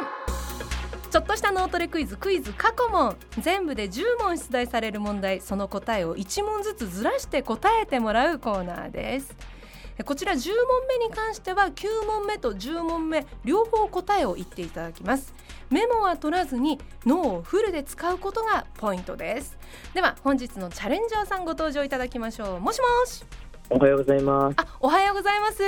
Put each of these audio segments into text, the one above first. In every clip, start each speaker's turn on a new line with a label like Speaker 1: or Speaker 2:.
Speaker 1: 問ちょっとした脳トレクイズクイズ過去問全部で10問出題される問題その答えを1問ずつずらして答えてもらうコーナーですえこちら10問目に関しては9問目と10問目両方答えを言っていただきますメモは取らずに脳をフルで使うことがポイントですでは本日のチャレンジャーさんご登場いただきましょうもしもし
Speaker 2: おはようございます。
Speaker 1: あおはようございます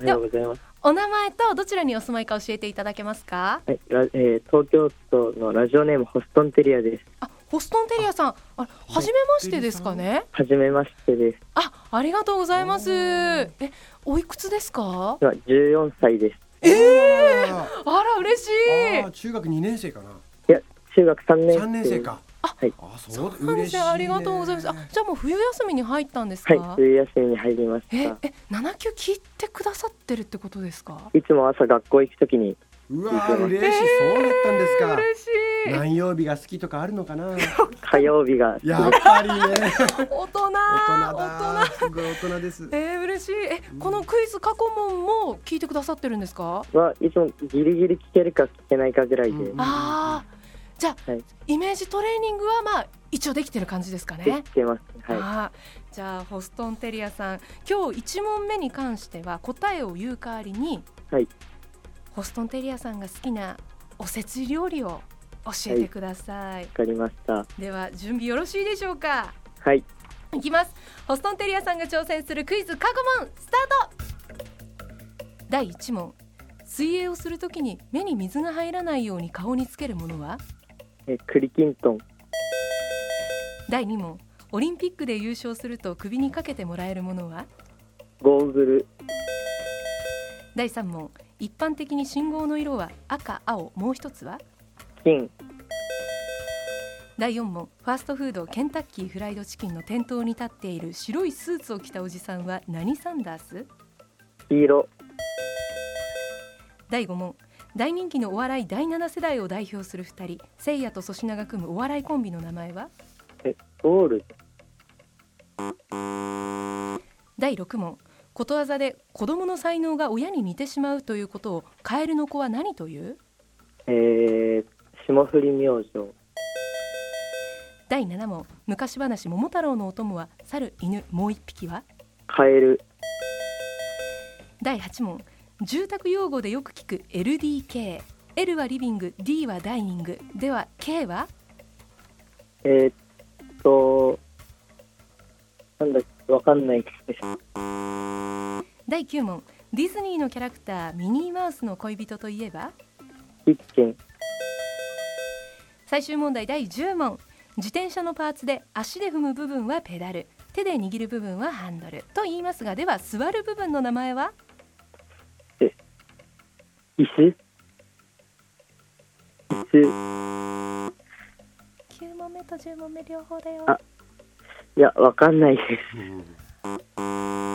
Speaker 2: おはようございます。
Speaker 1: お名前とどちらにお住まいか教えていただけますか
Speaker 2: はい、ラえー、東京都のラジオネームホストンテリアです。
Speaker 1: あホストンテリアさんあ初めましてですかね
Speaker 2: はじめましてです。
Speaker 1: あ、ありがとうございます。
Speaker 3: お
Speaker 1: え
Speaker 3: ー、
Speaker 1: おいくつですか。
Speaker 2: では14歳です。
Speaker 3: ええ
Speaker 1: あら、嬉しい。
Speaker 3: あー中学2年生かな
Speaker 2: 中学3年生。
Speaker 3: 3年生か
Speaker 2: あはい
Speaker 3: あそうだ
Speaker 1: そうなんで
Speaker 3: 嬉し
Speaker 1: す
Speaker 3: い
Speaker 1: ね
Speaker 3: ね
Speaker 1: ありがとうございます。あ、じゃあもう冬休みに入ったんですか。
Speaker 2: はい、冬休みに入りまし
Speaker 1: え
Speaker 2: た、。
Speaker 1: え、七級聞いてくださってるってことですか。
Speaker 2: いつも朝学校行くときに、
Speaker 3: うわー嬉しいそうだったんですか
Speaker 1: 嬉し
Speaker 3: 何曜日が好きとかあるのかな
Speaker 2: 火曜日が、
Speaker 3: やっぱ りね
Speaker 1: い。大人。
Speaker 3: 大
Speaker 1: 大
Speaker 3: 人だすごい大人です
Speaker 1: えー、嬉しい。え、このクイズ過去問も聞いてくださってるんですか。
Speaker 2: はいつもギリギリ聞けるか聞けないかぐらいで、
Speaker 3: うん
Speaker 1: ああ。じゃあ、
Speaker 2: はい
Speaker 1: イメージトレーニングはまあ、一応できてる感じですかね。
Speaker 2: で聞けます。は
Speaker 1: あーじゃあホストンテリアさん今日1問目に関しては答えを言う代わりに、
Speaker 2: はい
Speaker 1: ホストンテリアさんが好きなおせち料理を教えてください、
Speaker 2: い、わかりました。
Speaker 1: では準備よろしいでしょうか
Speaker 2: はい、
Speaker 1: いきますホストンテリアさんが挑戦するクイズ過去問スタート第1問水泳をするときに目に水が入らないように顔につけるものは
Speaker 2: え、栗きんとん、
Speaker 1: 第2問オリンピックで優勝すると首にかけてもらえるものは
Speaker 2: ゴーグル、
Speaker 1: 第3問一般的に信号の色は赤青もう一つは
Speaker 2: 金、
Speaker 1: 第4問ファーストフードケンタッキーフライドチキンの店頭に立っている白いスーツを着たおじさんは何サンダース
Speaker 2: 黄色、
Speaker 1: 第5問大人気のお笑い第7世代を代表する2人せいやと粗品が組むお笑いコンビの名前は
Speaker 2: ゴール、
Speaker 1: 第6問ことわざで子供の才能が親に似てしまうということをカエルの子は何という
Speaker 2: えー、霜降り明星、
Speaker 1: 第7問昔話桃太郎のお供は猿犬もう一匹は
Speaker 2: カエル、
Speaker 1: 第8問住宅用語でよく聞く LDK L はリビング D はダイニングでは K は
Speaker 2: えー、っと、なんだっけ、わかんないです。
Speaker 1: 第9問ディズニーのキャラクターミニーマウスの恋人といえば
Speaker 2: キッチン、
Speaker 1: 最終問題第10問自転車のパーツで足で踏む部分はペダル手で握る部分はハンドルと言いますがでは座る部分の名前は
Speaker 2: 椅子、椅子、
Speaker 1: 9問目と10問目両方だよ
Speaker 2: あいや、わかんないで
Speaker 3: うん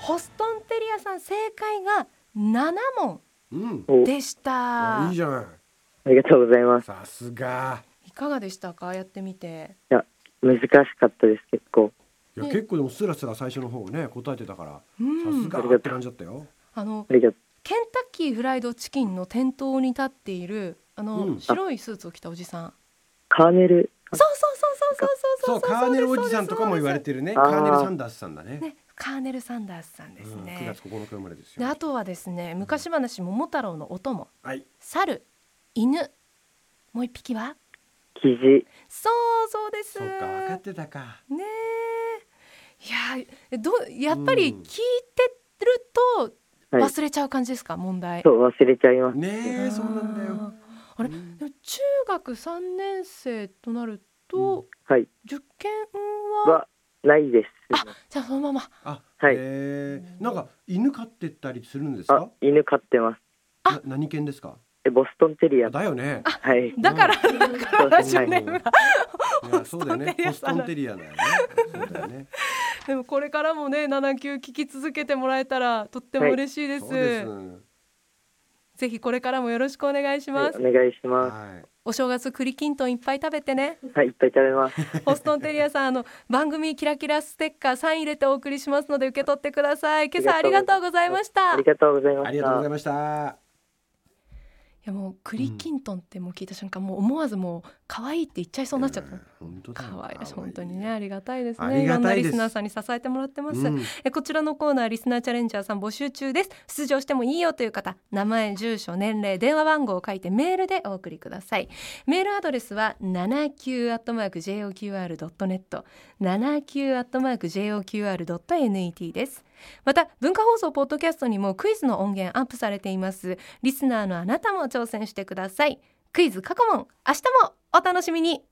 Speaker 1: ホストンテリアさん正解が7問
Speaker 3: うん
Speaker 2: す。
Speaker 1: でした
Speaker 3: いいじゃない
Speaker 2: おありがとうございます。
Speaker 3: さすが
Speaker 1: いかがでしたかやってみて
Speaker 2: 難しかったです、結構。
Speaker 3: いや
Speaker 1: ね
Speaker 3: 結構でもスラスラ最初の方ね答えてたから
Speaker 1: う
Speaker 3: さ
Speaker 1: ん
Speaker 3: すがって感じだったよ
Speaker 1: あの
Speaker 2: ありがと
Speaker 1: ケンタッキーフライドチキンの店頭に立っているあの、
Speaker 3: うん
Speaker 1: 白いスーツを着たおじさん。
Speaker 2: カーネル、
Speaker 1: そうそうそ
Speaker 3: そう
Speaker 1: そうそうそう
Speaker 3: うカーネルおじさんとかも言われ
Speaker 1: る。
Speaker 3: てるね
Speaker 2: あ
Speaker 3: カ
Speaker 2: ー
Speaker 3: ーネルサンダースさんだね
Speaker 1: ね、カーネルサンダースさんです
Speaker 3: うん9
Speaker 1: ね
Speaker 3: 月。9日生まれです
Speaker 1: で
Speaker 3: よ
Speaker 1: あとはですね、昔話桃太郎のお供、
Speaker 3: はい
Speaker 1: 猿、犬、もう一匹は。
Speaker 2: 生地、
Speaker 1: そうそうです。
Speaker 3: そうか分かってたか
Speaker 1: ねえ。いやえどうやっぱり
Speaker 3: うん
Speaker 1: 聞いてると
Speaker 2: はい
Speaker 1: 忘れちゃう感じですか、問題。
Speaker 2: そう、忘れちゃいます。
Speaker 3: ねえそうなんだよ
Speaker 1: あれ
Speaker 3: うん
Speaker 1: でも中学3年生となると、
Speaker 3: うん
Speaker 2: はい、
Speaker 1: 受験は
Speaker 2: は、ないです。
Speaker 1: じゃあそのまま
Speaker 3: あ
Speaker 2: はい
Speaker 3: えーなんか犬飼ってたりするんです
Speaker 2: あ
Speaker 3: か、
Speaker 2: 犬飼ってます。
Speaker 3: な何犬ですか
Speaker 2: え、ボストンテリア。
Speaker 3: だよね
Speaker 2: はい。
Speaker 1: だから、だからラジオネームが
Speaker 3: いやそうだよね
Speaker 1: ホ
Speaker 3: ホ
Speaker 1: ス
Speaker 3: ス
Speaker 1: ト
Speaker 3: ト
Speaker 1: ン
Speaker 3: ン
Speaker 1: テ
Speaker 3: テリアだよねそうだよね
Speaker 1: でもこれからもね7級聞き続けてもらえたらとっても嬉しいです,、
Speaker 3: そうです
Speaker 1: ぜひこれからもよろしくお願いし
Speaker 2: は
Speaker 1: ま
Speaker 2: い
Speaker 1: す、
Speaker 2: お願いしま
Speaker 3: は
Speaker 1: お正月栗きんとんいっぱい食べて ね
Speaker 2: す。はい、いっぱい食べます。
Speaker 1: ホストンテリアさんあの番組キラキラステッカーサイン入れてお送りしますので受け取ってください今朝ありがとうございました
Speaker 2: ありがとうござい
Speaker 3: い。
Speaker 2: ま
Speaker 3: あ
Speaker 2: し
Speaker 3: りがとう
Speaker 2: た
Speaker 3: ござい。ました。
Speaker 1: いやもう栗きんとんってもう聞いた瞬間、もう思わずもう可愛いって言っちゃいそうになっちゃった、
Speaker 3: 本当だよ。
Speaker 1: 可愛らしい本当にねありがたいです
Speaker 3: あ
Speaker 1: ねい
Speaker 3: り
Speaker 1: ろ
Speaker 3: が
Speaker 1: んな
Speaker 3: たい
Speaker 1: リ
Speaker 3: です
Speaker 1: スナーさんに支えてもらってます、
Speaker 3: うん
Speaker 1: えこちらのコーナーリスナーチャレンジャーさん募集中です出場してもいいよという方名前住所年齢電話番号を書いてメールでお送りくださいメールアドレスは 79-joqr.net 79-joqr.net ですまた文化放送ポッドキャストにもクイズの音源アップされていますリスナーのあなたも挑戦してくださいクイズ過去問明日もお楽しみに